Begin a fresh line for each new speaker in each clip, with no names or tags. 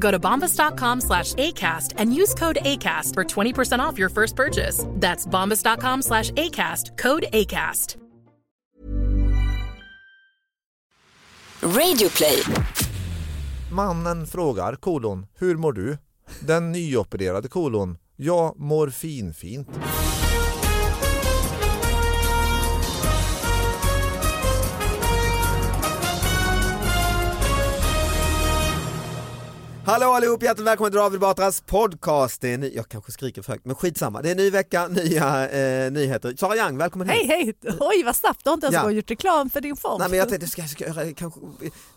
Go to bombas.com slash ACAST and use code ACAST for 20% off your first purchase. That's bombas.com slash ACAST, code ACAST.
Radio play.
Mannen frågar kolon, hur mår du? Den nyopererade kolon, jag mår finfint.
Hallå allihop, hjärtligt välkommen till David Batras podcast. Det är ny, jag kanske skriker för högt, men skitsamma. Det är ny vecka, nya eh, nyheter. Sara Young, välkommen hit.
Hej hej! Oj vad snabbt, du har inte ens
Ja.
bara gjort reklam för din form.
Nej men jag tänkte, ska, ska, jag- kanske,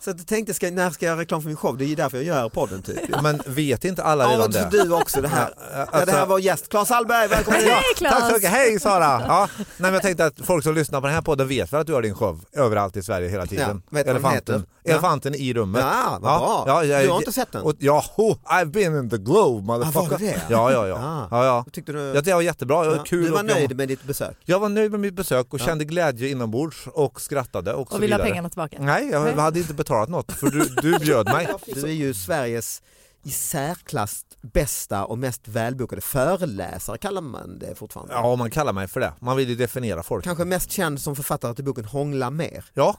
så jag tänkte ska, när ska jag göra reklam för min show? Det är ju därför jag gör podden typ.
Men vet inte alla
Ja,
redan
och
det?
du också det här. Ja, det här var gäst, Claes Hallberg, välkommen hit.
Hej, Claes!
Tack så mycket, hej Sara! Ja. Nej, men jag tänkte att folk som lyssnar på den här podden vet väl att du har din show överallt i Sverige hela tiden.
Ja, vet vad den
Elefanten.
heter. Ja.
Elefanten i rummet.
Ja, vad bra. Du har inte sett den?
Och, ja, ho, I've been in the globe motherfucker.
Ah, var det det?
Ja, ja, ja.
Ah.
ja, ja.
Vad tyckte du?
Jag tyckte det var jättebra. Jag,
Ja,
kul
du var
och-
nöjd med ditt besök?
Jag var nöjd med mitt besök och kände glädje inombords och skrattade och, så
och vill ha
vidare.
pengarna tillbaka.
Nej, jag
Nej.
hade inte betalat något för du, du bjöd mig.
Du är ju Sveriges i särklass bästa och mest välbokade föreläsare kallar man det fortfarande.
Ja, man kallar mig för det. Man vill ju definiera folk.
Kanske mest känd som författare till boken Hångla mer.
Ja,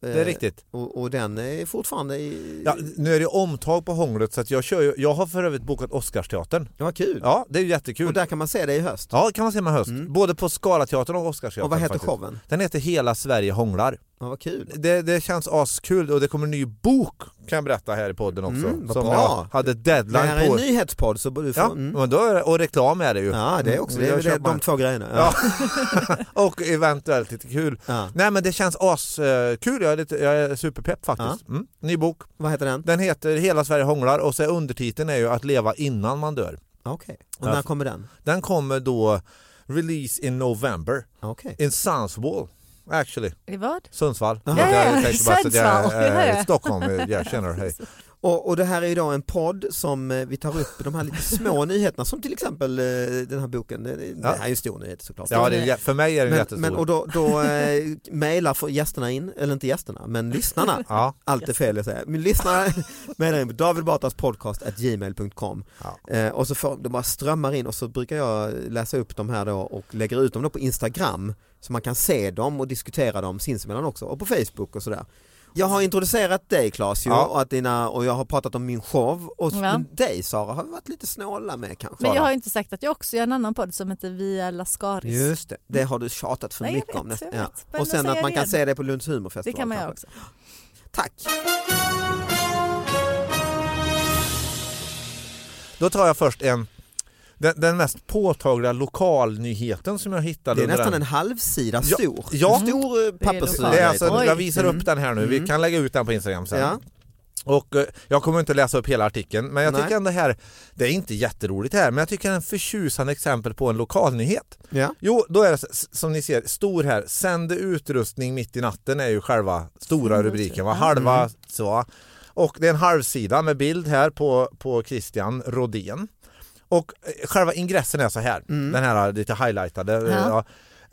det är
Eh,
riktigt.
Och, och den är fortfarande i...
Ja, nu är det omtag på hånglet så att jag kör ju, Jag har för övrigt bokat Oscarsteatern.
Det var kul.
Ja, det är ju jättekul.
Och där kan man se det i höst.
Ja, det kan man se med höst. Både på Scalateatern och Oscarsteatern.
och vad heter
faktiskt.
showen?
Den heter Hela Sverige hånglar.
Ja, vad kul.
Det, det känns askul och det kommer en ny bok kan jag berätta här i podden också.
Mm, vad
som
bra.
jag hade
Det
deadline
här är en
på.
nyhetspodd så borde du få...
Ja,
mm.
men då är det, och reklam är det ju. Mm,
ja det är också det,
Jag
är det,
köper
de
man.
två grejerna.
Ja. och eventuellt lite kul.
Ja.
Nej men det känns askul, jag är, lite, jag är superpepp faktiskt. Mm. Ny bok.
Vad heter den?
Den heter Hela Sverige hånglar och så är undertiteln är ju att leva innan man dör.
Okej. Och
Ja.
när kommer den?
Den kommer då release in November
Okej.
in Sundsvall actually.
I vad?
Sundsvall.
Jaha.
Jag-
Ja, ja,
jag tänkte bara så att
Sundsvall.
Jag,
Ja,
äh,
ja.
Stockholm, eh, jag känner hej.
Och, och det här är ju då en podd som eh, vi tar upp de här lite små nyheterna som till exempel eh, den här boken. Det, det här är ju en stor nyhet såklart.
Ja, det är, jä- för mig är den
Men,
jättestor.
men och då, då eh, mejlar för gästerna in, eller inte gästerna, men lyssnarna.
ja.
Allt är fel jag säger. Men lyssnarna mejlar in på davidbatraspodcast.gmail.com
Ja.
eh, och så får, de bara strömmar in och så brukar jag läsa upp de här då och lägger ut dem då på Instagram så man kan se dem och diskutera dem sinsemellan också och på Facebook och sådär. Jag har introducerat dig Claes ju,
Ja.
och, att dina, och jag har pratat om min show och
Ja.
dig Sara har vi varit lite snåla med kanske.
Men jag har ju inte sagt att jag också gör en annan podd som heter Via Lascaris.
Just det, det har du tjatat för
Nej, Mm. jag
mycket
vet,
om. nästan.
jag vet. Men
Och sen
säg
att man
det
kan
igen.
se det på Lunds humorfestival.
Det kan man göra
kanske.
också. Eh,
Tack!
Då tar jag först en, den, den mest påtagliga lokalnyheten som jag hittade.
Det är
under
nästan
den.
en halvsida
Ja,
stor.
ja.
Mm.
Stor eh, pappers...
lokalt.
Det är alltså,
Oj.
jag visar upp den här nu, vi
Mm.
kan lägga ut den på Instagram sen.
Ja.
Och eh, jag kommer inte läsa upp hela artikeln, men jag
Nej.
tycker ändå här, det är inte jätteroligt här, men jag tycker det är en förtjusande exempel på en lokalnyhet.
Ja.
Jo, då är det s- s- som ni ser, stor här, sände utrustning mitt i natten är ju själva stora rubriken, va? halva så. Och det är en halvsida med bild här på, på Christian
Mm.
Rodén. Och eh, själva ingressen är så här, den här lite highlightade. eh,
Ja.
Ja.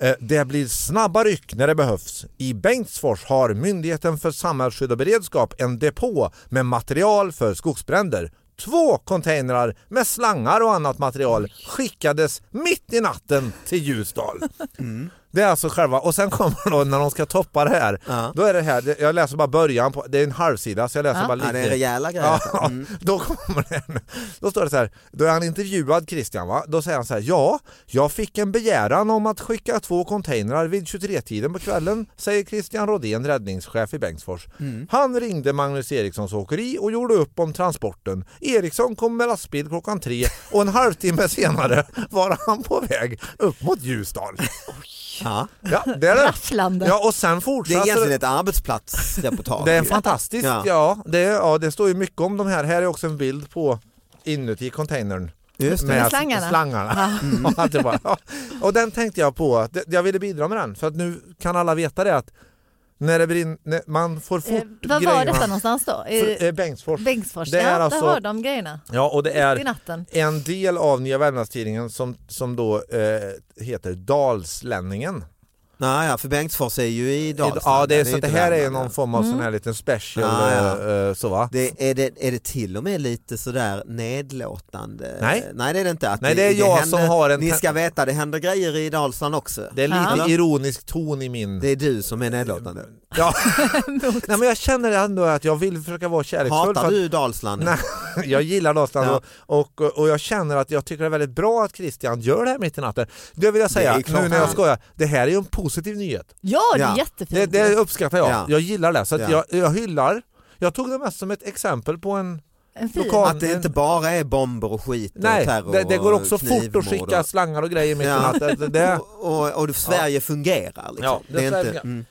Eh, Det blir snabba ryck när det behövs. I Bengtsfors har Myndigheten för samhällsskydd och beredskap en depå med material för skogsbränder. Två containrar med slangar och annat material skickades mitt i natten till Ljusdal.
Mm.
Det är alltså själva, och sen kommer då när de ska toppa det här,
Ja.
då är det här, det- jag läser bara början, på, det är en halvsida så jag läser bara lite.
Ja, det är rejäla grejer.
Ja, då kommer den. Då står det så här, då är han intervjuad Christian va? Då säger han så här, ja, jag fick en begäran om att skicka två containrar vid 23-tiden på kvällen, säger Christian Rodén, räddningschef i Bengtsfors.
Mm.
Han ringde Magnus Erikssons åkeri och gjorde upp om transporten. Eriksson kom med lastbil klockan tre och en halvtimme senare var han på väg upp mot Ljusdal.
Ja.
Ja, det är det.
Rafflande.
Ja, och sen
Det är
fortsätter
egentligen ett arbetsplatsreportage.
det är fantastiskt.
Ja.
Ja. det, ja, det står ju mycket om de här. Här är också en bild på inuti containern.
Just det.
Med slangarna.
slangarna. Ja, det var- ja. Och den tänkte jag på, att det- jag ville bidra med den för att nu kan alla veta det att när det brinner, när man får fort
Eh, Vad var
grejerna.
detta någonstans då?
För,
Eh,
eh, Bengtsfors.
Bengtsfors?
det
ja,
är alltså-
där har de grejerna.
Ja, och det
I
är
natten.
en del av Nya Värmlandstidningen som, som då eh, heter Dalslänningen.
Nej, ja, för Bengtsfors är ju i Dalsland.
Ja, det är, så
ju
att det
inte
här är
Värmland,
någon
ja.
form av sån här liten special.
Ja, ja.
eh, eh, så va?
Det, är, det, är det till och med lite sådär nedlåtande?
Nej.
Nej det är det inte. Att
Nej, det är jag som har en
Ni
te-
ska veta, det händer grejer i Dalsland också.
Det är lite
Ja.
ironisk ton i min...
Det är du som är nedlåtande.
Ja. Nej, men jag känner ändå att jag vill försöka vara kärleksfull.
Hatar
för att
du Dalsland?
Nej. jag gillar någonstans
Ja.
och, och, och jag känner att jag tycker det är väldigt bra att Christian gör det här mitt i natten. Det vill jag säga,
är klart.
nu när jag skojar, det här är ju en positiv nyhet.
Ja, det
Ja.
är
Det,
jättefint.
det uppskattar jag.
Ja.
Jag gillar det. Så att
Ja.
jag, jag hyllar. Jag tog det mest som ett exempel på en...
en fin.
lokal-
Att det inte bara är bomber och skit och
Nej,
terror
det, det går också
och
fort
knivmord
att skicka slangar och grejer mitt i
Ja.
natten. Det, det,
och, och, och Sverige fungerar. Liksom.
Ja, det
det är
Sverige
inte,
fungerar.
mm.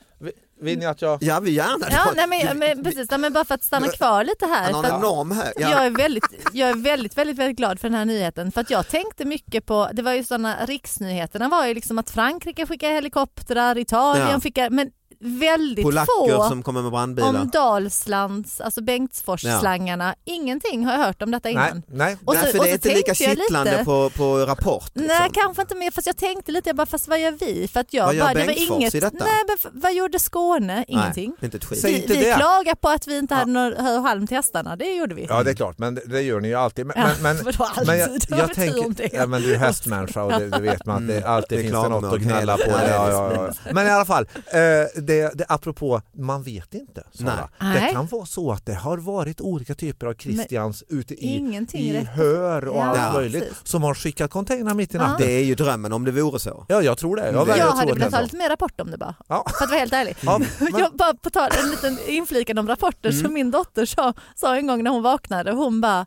vill ni att jag...
Ja, vi gärna.
Ja, nej, men, men, precis, nej, men bara för att stanna kvar lite här.
Han har
För
en
att,
enorm hög. Ja.
jag är, väldigt, jag är väldigt, väldigt, väldigt glad för den här nyheten. För att jag tänkte mycket på, det var ju sådana, riksnyheterna var ju liksom att Frankrike skickar helikoptrar, Italien
Ja.
skickar, men väldigt
Polacker
få
som kommer med brandbilar.
om Dalslands, alltså Bengtsfors-slangarna. Ingenting har jag hört om detta
Nej,
innan.
nej.
Och så-
Nej, för
och
det är
så
inte lika
tänkte jag
kittlande
lite-
på, på Rapport. Liksom.
Nej, kanske inte mer. Fast jag tänkte lite, jag bara, fast vad gör vi? För att jag
Vad gör
bara, det var
Bengtsfors
inget.
i detta?
Nej, men f- vad gjorde Skåne?
Nej,
Ingenting.
inte ett skit.
Säg
Vi,
inte
vi
det.
klagar på att vi inte hade några hö och halm till hästarna, det gjorde vi.
Ja det är klart, men det, det gör ni ju alltid. Men,
Mm. Ja,
men, men,
vadå alltid?
men jag,
Vad
jag
betyder det? Mm.
tänker, ja, men du är hästmänniska och det, det vet man att det alltid
det är
finns
klart
det något
någon
att gnälla på.
helst.
Ja,
Nej,
ja, ja, ja. Men i alla fall, eh, det, det, apropå man vet inte. Sara.
Nej.
Det
Nej.
kan vara så att det har varit olika typer av Christians ute i,
ingenting
i
rätt.
hör och
Ja,
allt
precis.
möjligt som har skickat containrar mitt i natten.
Det är ju drömmen om det vore så.
Ja jag tror det. Jag,
Jag
väljer
Jag
att tro
hade
att
velat
det
ha
är
lite
så.
mer rapport om det bara.
Ja.
För att vara helt ärlig.
Ja, men-
Jag bara på tal, en liten inflikande om rapporter som min dotter sa, sa en gång när hon vaknade. Hon bara,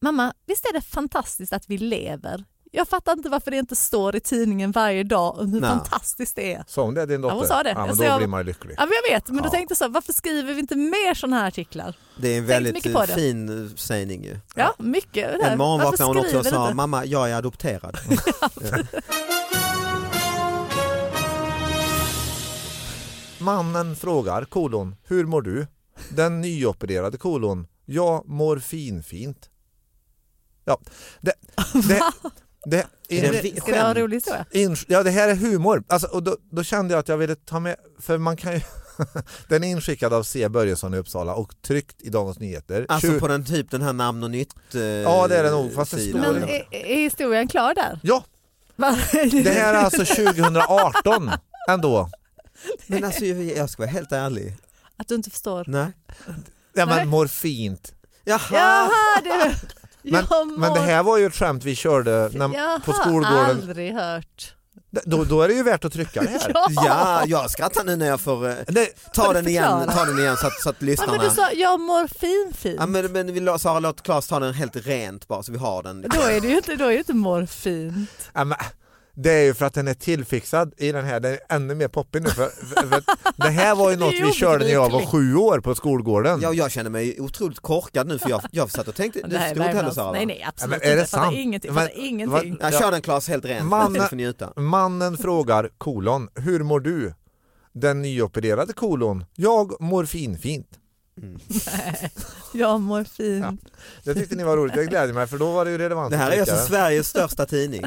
mamma visst är det fantastiskt att vi lever? Jag fattar inte varför det inte står i tidningen varje dag om hur
Nej.
fantastiskt det är.
Sa hon det din dotter?
hon sa det.
Ja, men
Alltså,
då
jag-
blir man ju lycklig.
Ja, men jag vet, men då
Ja.
tänkte jag så, här, varför skriver vi inte mer sådana här artiklar?
Det är en
Tänkt
väldigt
mycket på
eh,
det.
fin eh, sägning ju.
Ja, mycket.
En morgon
varför
vaknade hon också och
skriver
sa
inte?
mamma jag är adopterad.
Mannen frågar kolon, hur mår du? Den nyopererade kolon, jag mår finfint. Ja, det... det, det,
Är det en vi-
Ska det vara en rolig historia?
in, ja, det här är humor. Alltså, och då, då kände jag att jag ville ta med, för man kan ju... den är inskickad av C. Börjesson i Uppsala och tryckt i Dagens Nyheter.
Alltså
Tju-
på den typ den här namn och nytt eh,
Ja, det är det nog, fast det
sidan.
står
Men
inte.
är, är historien klar där?
Ja,
Va?
det här är alltså 2018 ändå.
Men alltså jag ska vara helt ärlig.
Att du inte förstår?
Nej.
Ja,
Nej.
men mår fint.
Jaha!
Jaha, du!
Men,
Jag
men det
mår-
här var ju ett skämt vi körde när, på
Jaha,
skolgården.
aldrig hört.
Då, då är det ju värt att trycka det här.
Ja, jag skrattar nu när jag får eh,
Nej,
ta
Får du
den igen,
förklara?
ta den igen så att, så att
Ja,
lyssnarna...
men du sa jag mår fin
Ja,
fin.
men, men vi, lå- Sara låt Claes ta den helt rent bara så vi har den.
Då är det ju inte, då är det ju inte mår fint.
Ja, men, det är ju för att den är tillfixad i den här, den är ännu mer poppig nu. För, för, för, att det här var ju
Det är
något vi körde när jag var sju år på skolgården.
Ja, och jag känner mig otroligt korkad nu för jag, jag satt och tänkte, du förstod inte heller Sara?
Nej nej
Ja,
absolut
men
inte.
är det
Jag fattar
sant?
ingenting.
Men-
fattar ingenting.
vad-
Ja, kör den Claes helt rent,
Man-
du får njuta.
Mannen frågar kolon, hur mår du? Den nyopererade kolon, jag mår finfint.
Jag mår fint.
Det tyckte ni var roligt, jag gläder mig för då var det ju relevant.
Det här är
att
alltså
dricka.
Sveriges största tidning.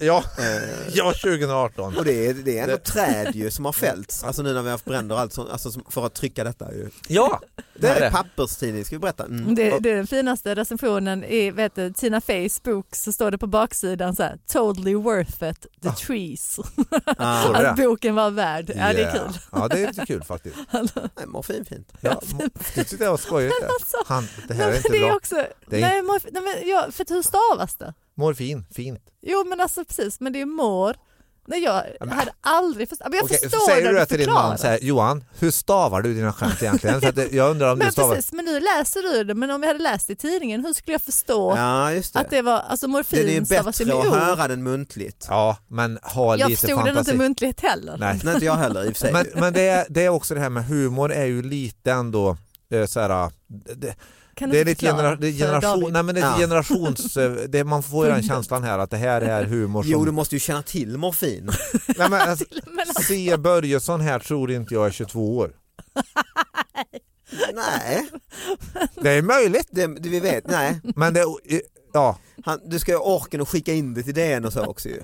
Ja,
Eh,
ja 2018.
Och det är, det är ändå träd ju som har fällts, alltså nu när vi har haft bränder och allt sånt, alltså som- för att trycka detta ju.
Ja,
Det här är papperstidning, ska vi berätta? Mm.
Det,
Och-
det är den finaste recensionen i vet du, Tina Feys bok så står det på baksidan så här totally worth it, the trees.
ah,
Bra.
Att boken var värd. Ja det är
Yeah.
kul.
Ja, det är lite kul faktiskt.
nej, morfin fint.
Ja, må- det tyckte jag var skojigt. det. Han, det här är
Men
inte
det är
bra.
också,
Det är-
nej, morf- nej men jag, för hur stavas det?
Morfin, fint.
Jo men alltså precis, men det är mår. Nej jag hade aldrig förstått, men jag
Okej, så
förstår
säger
när
du det till din
förklarar.
man, så här, Johan, hur stavar du dina skämt egentligen? För att det- jag undrar om du
Men
stavar...
precis, men nu läser du det, men om jag hade läst det i tidningen, hur skulle jag förstå
Ja, just
att
det.
det var, alltså
Den är ju
morfin stavas ju med
bättre att
O.
höra den muntligt.
Ja, men ha
Jag
lite
förstod den
fantasi.
inte muntligt heller.
Nej.
Nej, inte jag heller i och för sig.
Men, men det, är, det är också det här med humor är ju lite ändå eh, så här, det,
Kan du
det är
inte
lite
förklara
genera, det är
för
generation,
David?
nej men det är
Ja.
generations, eh, det, man får ju den känslan här att det här är humor som...
Jo, du måste ju känna till morfin.
nej, men, alltså,
Men alltså,
C Börjesson här tror inte jag är 22 år.
nej,
Det är möjligt,
det, det vi vet, nej.
men det, ja,
Han, du ska ju ha orken och skicka in det till DN och så också ju.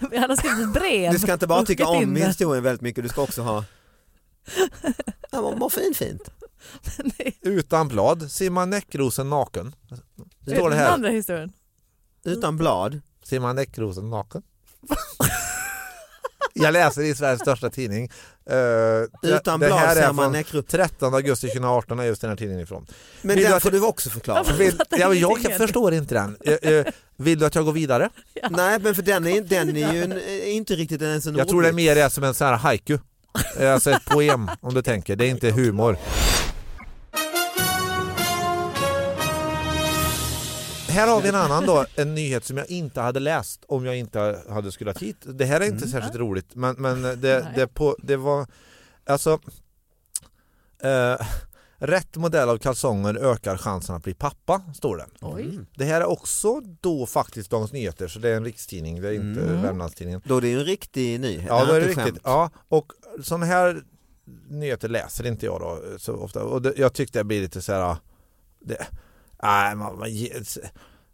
han har skrivit brev.
Du ska inte bara
och
tycka
skickat in
om
det.
historien väldigt mycket, du ska också ha Ja, mor- morfin fint.
Nej,
utan blad simmar näckrosen naken.
det
Står
är
det
Den
här,
andra historien.
Utan blad.
simmar näckrosen naken. Jag läser i Sveriges största tidning. Eh,
Utan
det
blad
här är
ser man
från
näckrupp.
13 augusti 2018 är just den här tidningen ifrån.
Men
Vill du
den
att-
får du också förklara.
Vill,
fattar
ja, men jag
ingenting.
kan- förstår inte den. Eh, eh, Vill du att jag går vidare?
Nej men för den är, den är ju en, är inte riktigt ens en
Jag tror det är
ordvits.
mer är som en sån här haiku. Eh, Alltså ett poem om du tänker. Det är inte humor. Här har vi en annan då, en nyhet som jag inte hade läst om jag inte hade skulle ha hit. Det här är inte särskilt roligt men, men det,
Mm. Nej.
det, på, det var alltså eh, Rätt modell av kalsonger ökar chansen att bli pappa, står det.
Oj.
Det här är också då faktiskt Dagens Nyheter, så det är en rikstidning, det är inte
Mm.
Värmlandstidningen.
Då är det ju en riktig nyhet.
Ja, då är det
inte
riktigt.
skämt.
Ja, och sådana här nyheter läser inte jag då eh, så ofta. Och det, jag tyckte jag blir lite så här... ah, Det, nej, man, man, ge-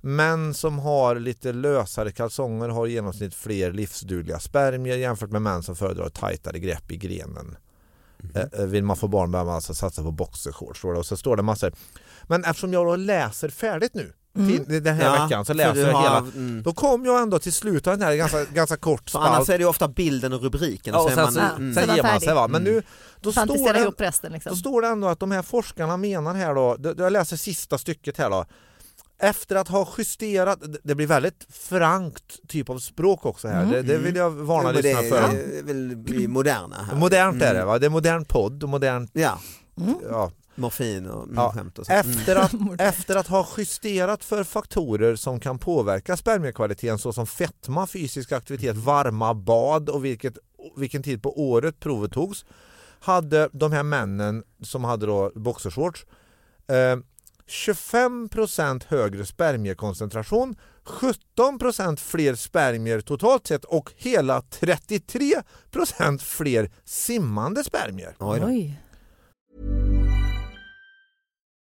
män som har lite lösare kalsonger har i genomsnitt fler livsdugliga spermier jämfört med män som föredrar tajtare grepp i grenen.
Mhm.
Eh, eh, Vill man få barn behöver man alltså satsa på boxershorts. står det. Och så står det massor. Men eftersom jag då läser färdigt nu, till, den här
Mm. Ja,
veckan, så
för
läser
du
jag
har-
hela.
mm.
Då kom jag ändå till slutet av den här ganska, ganska kort
För
spalt.
annars är det ju ofta bilden och rubriken.
Ja,
och
och
så
sen,
är
så,
man, mm.
så
sen
var
ger man
färdig.
sig. Va? Men nu, då, står
Fantisera
det,
ihop resten liksom.
då står det ändå att de här forskarna menar här då, då- jag läser sista stycket här då, efter att ha justerat, det blir väldigt frankt typ av språk också här,
Mm.
det, det vill jag varna
Jo, men det
lyssnarna för.
är väl bli moderna här.
Modernt är det, va? det är modern podd och modern,
Ja,
Mm.
ja,
morfin och mm,
Ja.
skämt och så. Mm.
Efter att, efter att ha justerat för faktorer som kan påverka spermiekvaliteten såsom fetma, fysisk aktivitet,
Mm.
varma bad och vilket, vilken tid på året provet togs hade de här männen som hade då boxershorts eh, 25% högre spermiekoncentration, 17% fler spermier totalt sett och hela 33% fler simmande spermier.
Oj då.
Oj.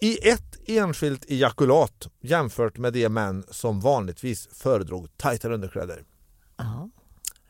i ett enskilt ejakulat jämfört med de män som vanligtvis föredrog tajtare underkläder.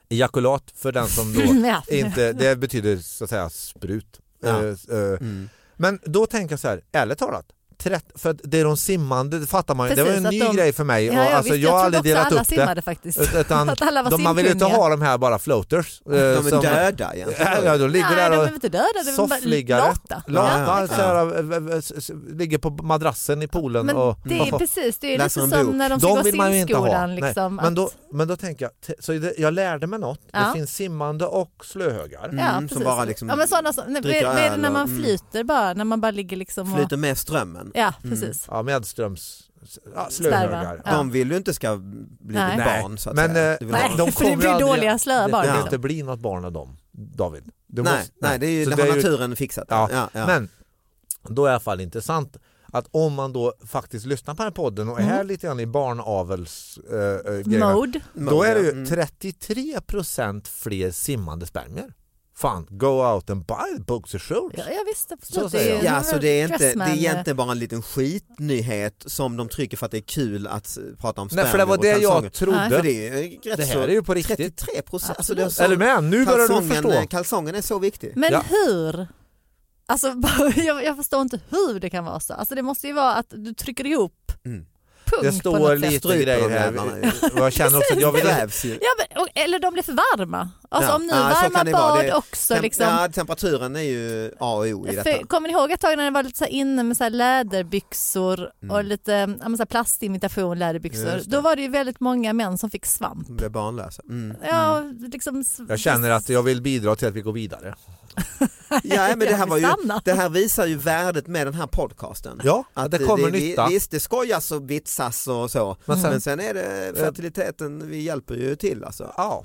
Ejakulat för den som då
Ja.
inte, det betyder så att säga sprut.
Ja.
Eh, eh,
Mm.
Men då tänker jag så här, ärligt talat, trett, för att det är de simmande, det fattar man ju, det var
Precis,
ju en
att
ny
de-
grej för mig.
Ja,
och,
ja,
alltså,
visst,
jag har
trodde
aldrig
också
delat
alla
upp det.
simmade faktiskt.
Ut- Utan
Att alla var
de, man vill ju inte
simkunniga.
ha de här bara floaters. eh,
De är
som-
döda egentligen.
Ja, ja, de ligger
Nej,
där
de
och
blev inte döda, de var bara
soffliggare.
lata.
Lata,
Ja.
så här, eh, eh, s- s- ligger på madrassen i poolen
Men
och...
det är precis, det är
Läser
lite
en
som
bok.
när de ska
De
gå
vill man ju inte ha.
simskolan.
Nej,
Liksom,
men, då,
att,
men då tänker jag, te- så det, jag lärde mig något.
Ja.
Det finns simmande och slöhögar.
Mm, som
precis.
bara liksom
ja, men sådana som, nej,
dricker
vad är det
öl
när
och-
man
mm.
flyter bara, när man bara ligger liksom och,
Flyter mm. med strömmen.
Ja, precis.
Ja, medströms... Ja,
Slarvar.
slöhögar.
Ja.
De vill ju inte ska bli
Nej.
ditt barn så att
Men
säga.
eh,
Du vill ha
Nej,
dem.
de
för det
kommer
blir
aldrig-
dåliga, slöa barn,
Det kan
liksom.
inte bli något barn av dem, David. Du
nej,
måste-
nej, det, är ju,
Så
det
det
har
är ju-
naturen fixat.
Ja.
Ja, ja.
Men då är i alla fall intressant att om man då faktiskt lyssnar på den här podden och
Mm.
är lite grann i barnavels äh,
Mode.
då är det
mm.
ju 33% fler simmande spermier. Fan, go out and buy boxer shorts.
Ja, ja visst, absolut.
Så säger
Det är
jag.
ju-
Ja, så det är, inte, det
Dressman,
är egentligen bara en liten skitnyhet som de trycker för att det är kul att eh, prata om
Nej, för det
spermier
var
och
det
kalsonger.
jag trodde.
Nej.
För det är ju rätt
Det här
så-
är ju på riktigt.
33 procent. Alltså det är
Absolut.
så-
Är du med? Nu börjar du
kalsongen, eh,
förstå.
Kalsongen är så viktig.
Men
Ja.
hur? Alltså, jag, jag förstår inte hur det kan vara så. Alltså, det måste ju vara att du trycker ihop
Mm.
punkt
Det
på något
står
sätt.
lite
Stryper
grejer
de
här.
jävlarna
Jag känner också att jag
Det
vill...
krävs ju.
Ja, men, och, eller de blir för varma. Alltså
Ja.
om ni
Ja, så
varma
kan det vara.
bad
Det-
också.
Tem-
Liksom.
ja, temperaturen är ju A och O i detta.
för, kommer ni ihåg ett tag när det var lite så här inne med så här läderbyxor
Mm.
och lite ja, men så här plastimitation läderbyxor.
Just det.
Då var det ju väldigt många män som fick svamp.
De blir barnlösa. Mm.
Ja, liksom, s-
Jag känner att jag vill bidra till att vi går vidare.
Ja, men det här, var ju,
Stanna.
det här visar ju värdet med den här podcasten.
Ja, att det kommer
vi-
nytta.
Visst, det skojas och vitsas och så,
Men
men
sen- Eh.
sen, är det fertiliteten, vi hjälper ju till alltså.
Ja.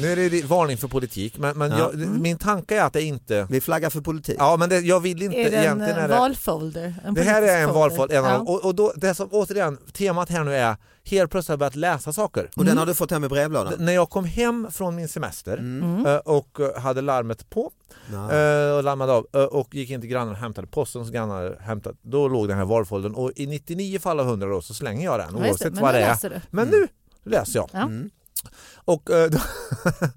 Nu är det varning för politik, men, men
Ja.
jag, min tanke är att det inte...
Vi flaggar för politik.
Ja, men det, jag vill inte
Är det en
egentligen...
eh,
är det,
valfolder? En
det här är en
politisk
valfart. En av,
Ja.
dem. och och då, det som återigen, temat här nu är helt plötsligt har jag börjat läsa saker.
Och den har du fått hem i brevlådan?
När jag kom hem från min semester
Mm.
eh, och eh, hade larmet på
Mm. Ja.
eh, och larmade av eh, och gick in till grannen och hämtade posten som grannen hade hämtat, då låg den här valfolden och i 99 fall av 100 då så slänger jag den
Ja, just det.
oavsett
Men
vad
nu
det är. Mm.
läser du.
Men
Mm.
nu läser jag.
Ja.
Och eh, då,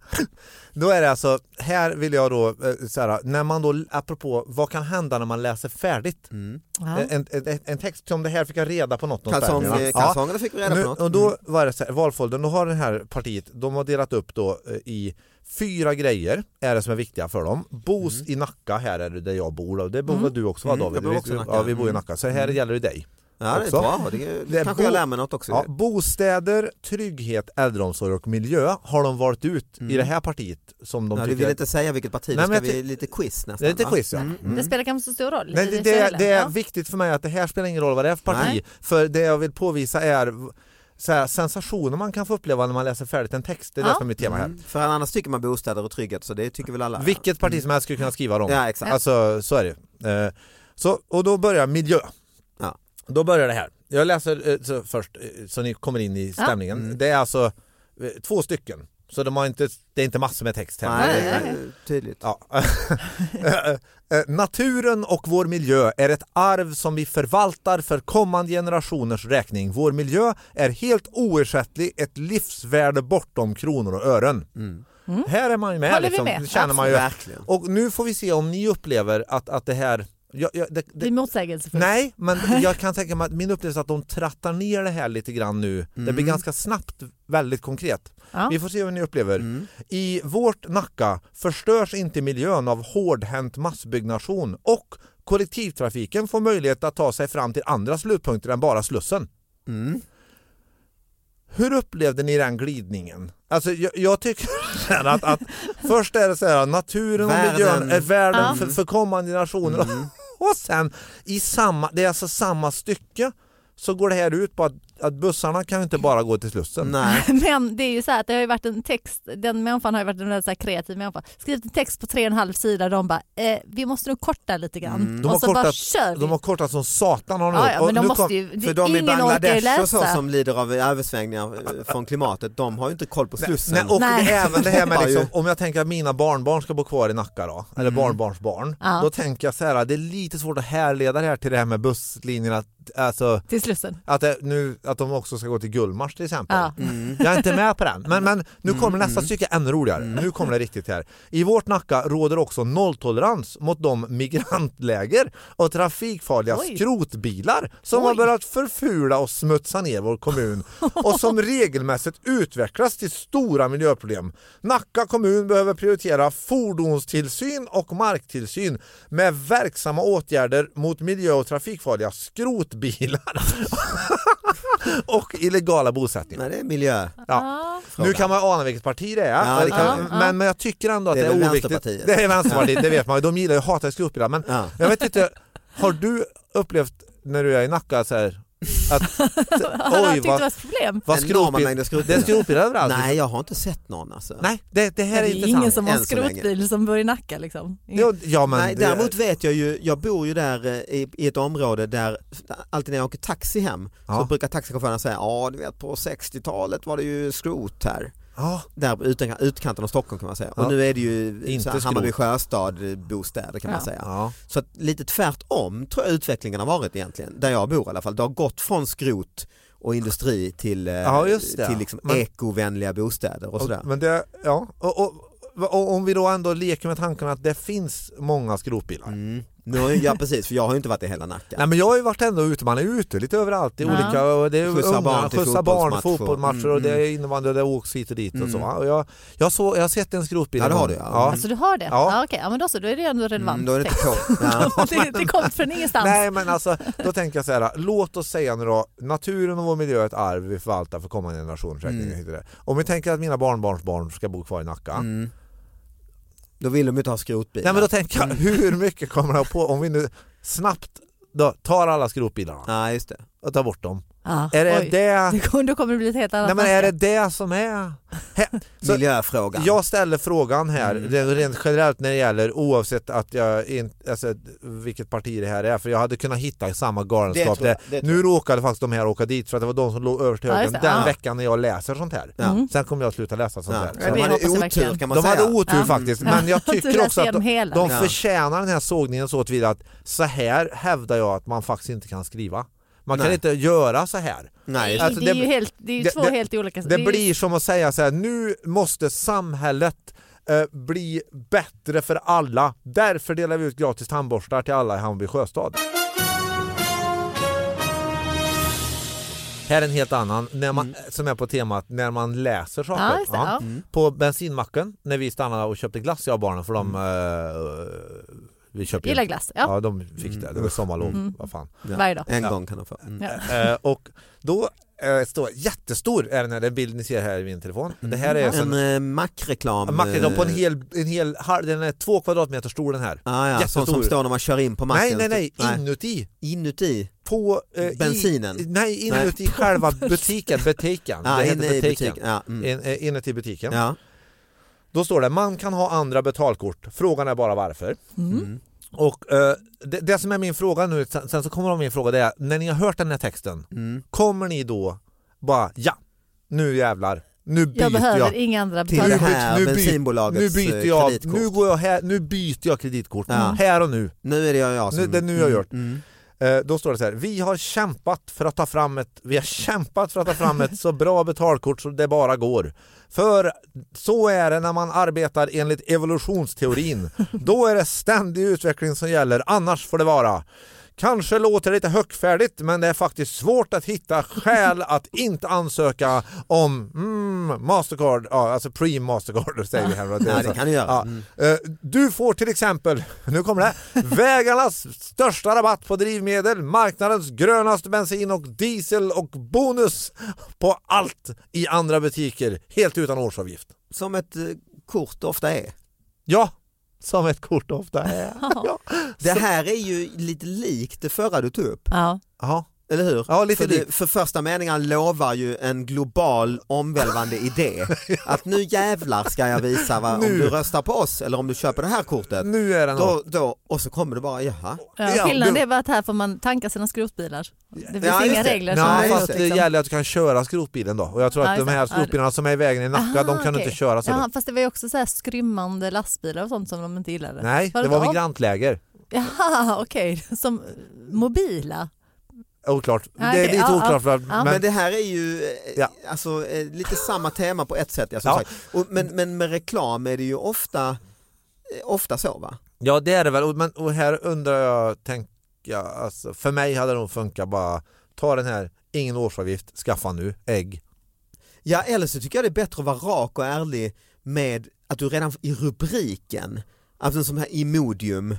då är det alltså, här vill jag då, eh, så här, när man då, apropå vad kan hända när man läser färdigt?
Mm.
Ja.
En, en, en text som det här fick jag reda på något om
Kalsong,
Sverige, va?
eh, kalsongerna fick vi reda
nu,
på något.
Och då
Mm.
var det så här, valfolden, då har det här partiet, de har delat upp då eh, i fyra grejer är det som är viktiga för dem. Bos i Nacka, här är det där jag bor då. Det bor väl du också va
Mm,
David?
jag bor
Vi-
också i Nacka. Mm.
Ja, vi bor i Nacka. Så här gäller det dig.
Ja, det är
också.
bra. Det, är-
Det är
kanske
bo-
jag lär mig något också.
Ja, bostäder, trygghet, äldreomsorg och miljö har de valt ut
Mm.
i det här partiet som de
Nej, du
tycker...
vill inte säga vilket parti,
Nej,
då
men
ska
jag ty-
vi lite quiz nästan.
det är lite
va?
quiz ja.
Det spelar kanske inte så stor roll.
Nej,
i
mm. det, det, är-
hela.
det är
Ja.
viktigt för mig att det här spelar ingen roll vad det är för parti.
Nej.
För det jag vill påvisa är v- så här, sensationer man kan få uppleva när man läser färdigt en text. Det är det
Ja.
som är mitt tema här.
Mm. För annars tycker man bostäder och trygghet, så det tycker väl alla.
Vilket parti som helst skulle kunna skriva dem.
Ja, exakt.
Alltså så är det ju. Eh, så, Och då börjar miljö.
Ja.
Då börjar det här. Jag läser eh, så först eh, så ni kommer in i
Ja.
stämningen. Det är alltså eh, två stycken. Så de har inte, det är inte massor med text här.
Nej, det
Nej, nej,
är tydligt.
Ja. Eh, eh, Naturen och vår miljö är ett arv som vi förvaltar för kommande generationers räkning. Vår miljö är helt oersättlig, ett livsvärde bortom kronor och ören. Här är man ju med,
Håller vi
liksom.
med?
Det känner man ju.
Verkligen.
Och nu får vi se om ni upplever att, att det här... Ja, ja, det,
Det
det,
är motsägelsefullt.
nej, men jag kan tänka mig att min upplevelse är att de trattar ner det här lite grann nu. Det blir ganska snabbt väldigt konkret.
Ja.
Vi får se hur ni upplever. I vårt Nacka förstörs inte miljön av hårdhänt massbyggnation och kollektivtrafiken får möjlighet att ta sig fram till andra slutpunkter än bara Slussen. Hur upplevde ni den glidningen? Alltså jag, jag tycker så här att, att först är det så här naturen och
Världen.
miljön är världen
Ja.
för, för kommande generationer
Mm.
och sen i samma, det är alltså samma stycke så går det här ut på att, att bussarna kan ju inte bara gå till Slussen.
Nej.
Men det är ju så här att det har ju varit en text, den människan har ju varit en väldigt så här kreativ människa, skrivit en text på tre och en halv sida de bara eh, vi måste nog korta lite grann
Mm. De har,
och så bara
kortat,
kör vi.
de har kortat som satan har de
ja,
gjort.
ja,
Och
men de
nu
måste
kom-
ju, det,
För de i
ingen orkar ju
Bangladesh
läsa.
och så som lider av översvängningar eh, från klimatet, de har ju inte koll på slussen.
Nej, och
Nej.
det är även det här med
Hoppar ju. Mm.
liksom, om jag tänker att mina barnbarn ska bo kvar i Nacka då, eller barnbarnsbarn,
Ja.
då tänker jag så här, det är lite svårt att härleda det här till det här med busslinjerna alltså,
Till Slussen.
att, det, nu, att de också ska gå till Gullmars till exempel.
Ja.
Jag är inte med på den, men, men nu kommer nästa stycke ännu roligare. Nu kommer det riktigt här. I vårt Nacka råder också nolltolerans mot de migrantläger och trafikfarliga
Oj.
skrotbilar som har
Oj.
börjat förfula och smutsa ner vår kommun och som regelmässigt utvecklas till stora miljöproblem. Nacka kommun behöver prioritera fordonstillsyn och marktillsyn med verksamma åtgärder mot miljö och trafikfarliga skrotbilar och illegala bosättningar.
Nej, det är miljö.
Ja.
Ah.
Nu kan man ana vilket parti det är,
Ja,
det
det
kan,
kan
men, men jag tycker ändå att det
Det
är,
är väl
oviktigt.
Vänsterpartiet.
Det är Vänsterpartiet, det vet man ju. De gillar ju, hatar skrotbilar. Men
Ja.
jag vet inte, har du upplevt när du är i Nacka så här, att
Hade han
oj
tyckt det var
vad,
ett problem?
vad
Enorma
skrotbil,
mängder skrotbilar.
det är skrotbilar överallt.
Nej, jag har inte sett någon alltså.
Alltså, Nej, det, det
Det
här
är
är
ju ingen
intressant.
som har en
än så länge.
skrotbil som bor i Nacka liksom.
Jo, ja, men
Nej,
det-
däremot vet jag ju, jag bor ju där eh, i, i ett område där alltid när jag åker taxi hem
Ja.
så brukar taxichaufförerna säga ja du vet på 60-talet var det ju skrot här.
ja,
Där på utan, utkanten av Stockholm kan man säga.
Ja.
Och nu är det ju
Inte
så här,
skrot.
Hammarby sjöstad eh, bostäder kan man
Ja.
säga.
ja.
Så att lite tvärtom tror jag utvecklingen har varit egentligen, där jag bor i alla fall. Det har gått från skrot och industri till, eh,
Ja, just det.
till liksom
Men-
ekovänliga bostäder och sådär.
Men det, ja. Och, och, och om vi då ändå leker med tanken att det finns många skrotbilar.
Mm. Nu har jag, ja precis, för jag har ju inte varit i hela Nacka.
Nej men jag har ju varit ändå ute, man är ute lite överallt. Det är
Ja.
olika, och det är
Skjutsa
unga,
barn till
skjutsa barn,
fotbollsmatcher. Mm,
fotbollsmatcher och det är innebandy och det åks hit och dit och så. va. Och jag, jag, såg, jag har sett en skrotbil.
Ja, det
en
har
gång.
du, ja.
Alltså du har det?
Ja.
Ja. okej, ja, men då så, då är det ju ändå relevant.
Mm, då är det inte
text.
på. Ja.
det, det kom från ingenstans.
Nej men alltså, då tänker jag så här, låt oss säga nu då, naturen och vår miljö är ett arv vi förvaltar för kommande generationer.
Mm.
säkert, heter det. Om vi tänker att mina barnbarnsbarn ska bo kvar i Nacka.
Mm. Då vill de ju inte ha skrotbilar.
Nej men då tänker
Mm.
jag, hur mycket kommer det att på, om vi nu snabbt då, tar alla skrotbilarna
Ja, just det.
och tar bort dem.
Ja,
Är det
oj.
det,
Det kommer- Då kommer det bli ett helt annat
nej, men är det
Nacka.
det som är... He- så-
Miljöfrågan.
Jag ställer frågan här,
Mm.
rent- rent generellt när det gäller oavsett att jag in, alltså, vilket parti det här är, för jag hade kunnat hitta samma galenskap.
Det tror jag,
där.
det tror
nu råkade faktiskt de här åka dit för att det var de som låg överst till
Ja,
höger
just det.
den
Ja. Mm.
veckan när jag läser sånt här.
Ja.
Sen kommer jag sluta läsa sånt
Ja.
här.
Så
det
Så
vi
De hade
hoppas jag
otur
verkligen.
kan man
de
säga. Mm.
hade otur
Ja.
faktiskt, men jag
Du
tycker
läser
också att
igenom
de,
hela.
de
Ja.
förtjänar den här sågningen så tillvida att så här hävdar jag att man faktiskt inte kan skriva. Man kan
Nej.
inte göra så här.
Nej,
det,
just
alltså,
det är
det-
ju, helt, det är ju
det-
två
det-
helt olika
Det
är ju-
blir som att säga så här, nu måste samhället eh, bli bättre för alla. Därför delar vi ut gratis tandborstar till alla i Hammarby sjöstad. Här är en helt annan när man, som är på temat när man läser saker.
Ja, just det,
Ja.
ja.
På bensinmacken när vi stannade och köpte glass jag och barnen för de eh, vi köpte
Gillar glass, ja. Mm.
Ja. de fick det. Det var sommarlov. Vad fan.
Varje dag.
En gång kan de få. Mm.
Ja.
Eh, och då eh, står jättestor är den här den bilden ni ser här i min telefon. Det här är
En
en
eh, mackreklam.
mackreklam på Alltså, en
eh,
hel, en hel halv, den är två kvadratmeter stor den här.
Ah, ja, sån
jättestor.
som står när man kör in på macken. typ.
nej, nej, nej, inuti.
Inuti.
På eh,
Bensinen.
I, nej, inuti själva butiken. Butiken.
Ja,
det
inne
heter
i
butiken.
butiken. Ja, mm.
In, eh, inuti butiken.
Ja.
Då står det man kan ha andra betalkort. Frågan är bara varför.
Mm.
Mm.
Och eh, det, det som är min fråga nu, sen, sen så kommer de min fråga, det är när ni har hört den här texten,
Mm.
kommer ni då bara ja, nu jävlar, nu byter
Jag behöver
jag.
inga andra
Till det
betalningar.
här
nu, byter, nu
bensinbolagets
byter
eh,
jag,
kreditkort.
nu går jag här, nu byter jag kreditkort.
Ja.
Här och nu.
Nu är det jag, jag som...
Nu, det är nu jag
Mm,
gör.
mm.
Eh, Då står det så här, vi har kämpat för att ta fram ett, vi har kämpat för att ta fram ett så bra betalkort som det bara går. För så är det när man arbetar enligt evolutionsteorin. Då är det ständig utveckling som gäller, annars får det vara. Kanske låter det lite högfärdigt men det är faktiskt svårt att hitta skäl att inte ansöka om mm, Mastercard, ja, alltså pre-Mastercard säger vi här. Det är
Ja, det
så.
kan du göra. Mm.
Ja. Eh, Du får till exempel, nu kommer det, här, vägarnas största rabatt på drivmedel, marknadens grönaste bensin och diesel och bonus på allt i andra butiker helt utan årsavgift.
Som ett eh, kort ofta är.
Ja, som ett kort ofta är. Ja,
Det här är ju lite likt det förra du tog upp.
Ja.
ja.
Eller hur?
Ja, lite
för, det-
likt.
för första meningen lovar ju en global omvälvande idé. Att nu jävlar ska jag visa va, om
Nu.
du röstar på oss eller om du köper det här kortet.
nu är den
Då, då, och så kommer det bara, jaha.
Ja,
Ja,
skillnaden
du-
är bara att här får man tanka sina skrotbilar. Det finns
Ja, just
inga
det.
regler som liksom.
Nej,
Nej,
fast
möjliggör
just
det gäller att du kan köra skrotbilen då. Och jag tror
Ja,
att de
just
här
det. Ja, det-
skrotbilarna som är i vägen i Nacka,
Aha,
de kan du
okej.
inte köra så.
Jaha,
då.
fast det var ju också så här skrymmande lastbilar och sånt som de inte gillade.
Nej, det
det
var
då?
migrantläger.
Jaha, okej. Som eh, mobila
Oklart.
Ja,
det är
okej,
lite
ja,
oklart.
ja.
för att-
Ja.
Men,
Men det här är ju eh,
Ja.
alltså, eh, lite samma tema på ett sätt. Ja, som
Ja.
sagt. Och, men, men med reklam är det ju ofta, eh, ofta så va?
ja det är det väl. Och, men, och här undrar jag, tänk, ja, alltså, för mig hade det nog funkat bara ta den här, ingen årsavgift, skaffa nu, ägg.
Ja, eller så tycker jag det är bättre att vara rak och ärlig med att du redan i rubriken, alltså som här Imodium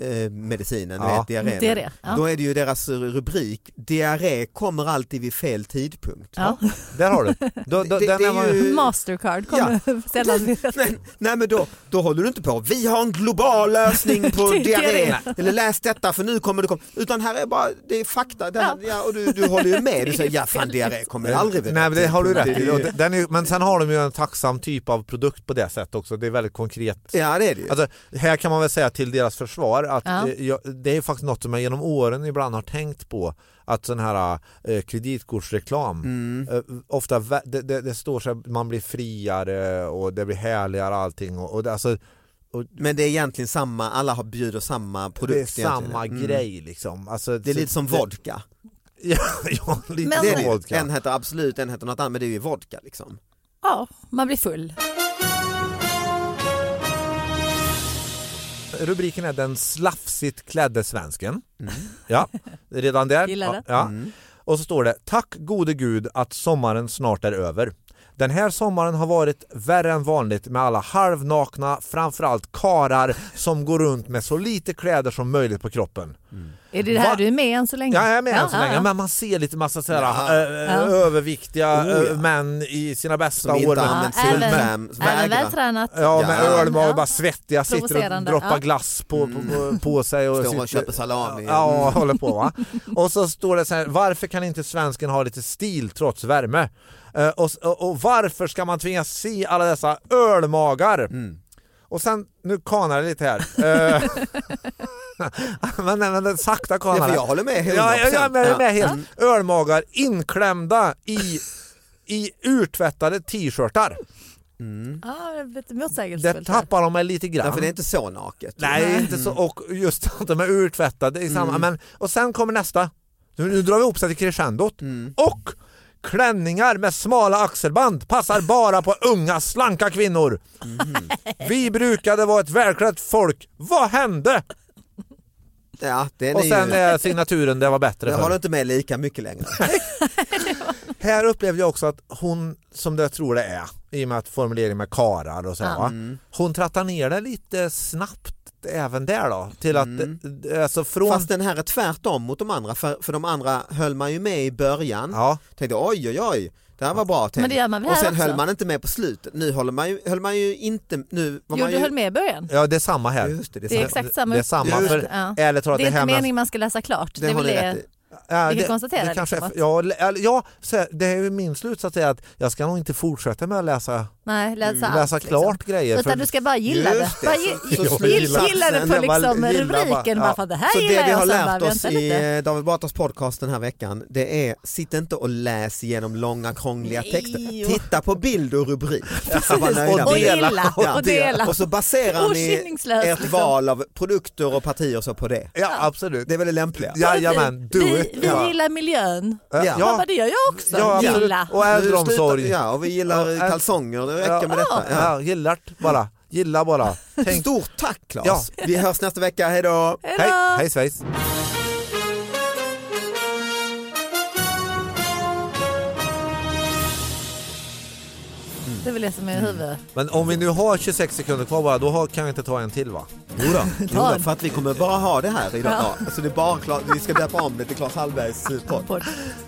eh, medicinen,
Ja.
du vet diarré.
Diarré, ja.
Då är det ju deras rubrik, diarré kommer alltid vid fel tidpunkt.
Ja.
Där har du. Då, då,
Det-
den
det är
är man,
ju-
Mastercard kommer sällan vid rätt
Men, nej men då, då håller du inte på, vi har en global lösning på
Diarré.
diarré, eller läs detta för nu kommer det komma, utan här är bara, det är fakta, det här,
Ja.
ja. och du, du håller ju med, du säger ja fan diarré kommer
Nej
aldrig vid
men
rätt
det har du
tidpunkt."
rätt i.
Det är
Och
ju-
den- Den är, men sen har de ju en tacksam typ av produkt på det sättet också. Det är väldigt konkret
Ja det är det ju.
Alltså, här kan man väl säga till deras försvar att
Ja.
eh, jag, det är faktiskt något som jag genom åren ibland har tänkt på att sån här eh, kreditkortsreklam
Mm.
eh, ofta vä- det, det, det står så här, man blir friare och det blir härligare allting och, och det, alltså,
Men det är egentligen samma, alla har bjuder samma produkt.
det är samma
egentligen. Mm.
grej liksom. Alltså,
Det är lite som
det-
vodka.
ja, ja, lite
Men-
Det
som
är
vodka.
vodka. En heter Absolut, en heter något annat, men det är ju vodka liksom.
Ja, man blir full.
Rubriken är Den slafsigt klädde svensken.
Mm.
Ja, redan där.
Gillar det.
Ja. Och så står det Tack gode gud att sommaren snart är över. Den här sommaren har varit värre än vanligt med alla halvnakna, framförallt karar som går runt med så lite kläder som möjligt på kroppen.
Är det det här
Va?
du är med än så länge?
Ja, jag är med än så
Mm. Ja,
länge,
ja.
men man ser lite massa sådär,
Ja.
eh, eh,
Ja.
överviktiga
Oh, ja.
eh, män i sina bästa
Som inte
år. med-
har
Ja,
använt
även,
solkräm,
även
vägra.
vältränat.
Ja, med
Ja.
ölmage,
Ja.
bara svettiga, sitter och
Provocerande,
droppar
ja.
glass på, på, på, på sig. Och
Mm. Står och
sitter-
köper salami. Mm.
Ja, håller på va. Och så står det så här, varför kan inte svensken ha lite stil trots värme? Eh, och, och, och varför ska man tvingas se alla dessa ölmagar?
Mm.
Och sen, nu kanar det lite här. Eh, men, men, men sakta
Ja,
kanar
för
det.
jag håller med 100%.
Ja, jag, jag är med, jag är med
Ja. Mm.
helt. Ölmagar inklämda i, i urtvättade t-shirtar.
Ja, det är lite
Det
motsägelsefullt. här.
tappar de mig lite grann.
Därför det är inte så naket.
Nej, Mm. inte så. Och just att de är urtvättade i samma. Men, och sen kommer nästa. Nu, nu drar vi ihop sig till crescendot. Och klänningar med smala axelband passar bara på unga slanka kvinnor. Mm. Vi brukade vara ett välklätt folk. Vad hände?
Ja, den
Och
är
sen eh,
ju,
är signaturen det var bättre
jag håller
för.
inte med lika mycket längre.
Här upplevde jag också att hon, som jag tror det är, i och med att formuleringen med karar och så här, va? hon trattar ner det lite snabbt även där då. Till att, eh, alltså från...
Fast den här är tvärtom mot de andra, för, för de andra höll man ju med i början.
ja.
Tänkte oj oj oj, det här var bra tänkt.
Men det gör man väl
Och
här
sen
också?
höll man inte med på slutet. Nu håller man ju, höll man ju inte, nu var
Jo,
man
du
ju...
höll med i början.
Ja, det är samma här.
Just det, det är
Det är
sant.
exakt samma
Det är samma.
Just
För,
det. Ja.
Ärligt talat,
Det är
här
inte
med-
meningen man ska läsa klart. Det
Det
är väl
håller jag rätt
det.
i.
Ja,
vi kan konstatera
det kanske
liksom
är, ja, eller- eller- ja, så här, det är ju min slutsats är att jag ska nog inte fortsätta med att läsa,
Nej, läsa, allt,
läsa klart grejer.
Utan
för-
du ska bara gilla det.
Just det,
Bara
så-
gi-
så
gi-
slutsatsen,
gilla det på
jag bara
liksom
gillar bara-
rubriken. Bara,
ja.
fan, det här
Så
gillar
det vi
jag.
har
och sen bara
lärt oss
vänta
i
lite.
eh, David Batras podcast den här veckan det är sitt inte och läs igenom långa krångliga
Nej,
texter.
jo.
Titta på bild och rubrik. Så var nöjda
Och
med det.
gilla,
Ja.
och dela.
Och så baserar ni
Urskillningslöst,
ert
liksom.
val av produkter och partier och så på det.
Ja, absolut.
Det är väl det lämpliga.
Jajamän, do
vi,
it.
vi
ja.
gillar miljön.
Ja,
Ja.
Pappa, det gör jag också.
ja, absolut.
gilla.
Och
Nu slutar-
äldreomsorg.
Ja, och vi gillar
Ja, äl-
kalsonger, det räcker med
ja,
detta. Ja.
ja, gillar bara. Gilla bara. Tänk,
Stort tack Claes. Vi hörs nästa vecka, hej då!
hej, hej svejs.
Det är väl det som är huvudet.
Men om vi nu har 26 sekunder kvar bara, då har- kan vi inte ta en till va?
Jodå, Jodå, för att vi kommer bara ha det här idag. Ja. Så det är bara Claes, vi ska döpa om det till Claes Hallbergs podd.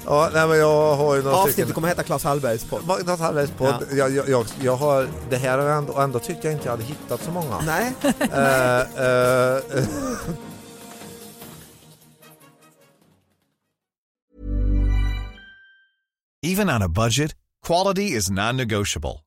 Ja, nej men jag har ju några
Avsnittet kommer heta Claes Hallbergs podd.
Magnus Hallbergs podd. Jag, jag, jag, jag har, det här har jag ändå, ändå tyckte jag inte jag hade hittat så många.
Nej.
Eh, eh, eh.
Even on a budget, quality is non-negotiable.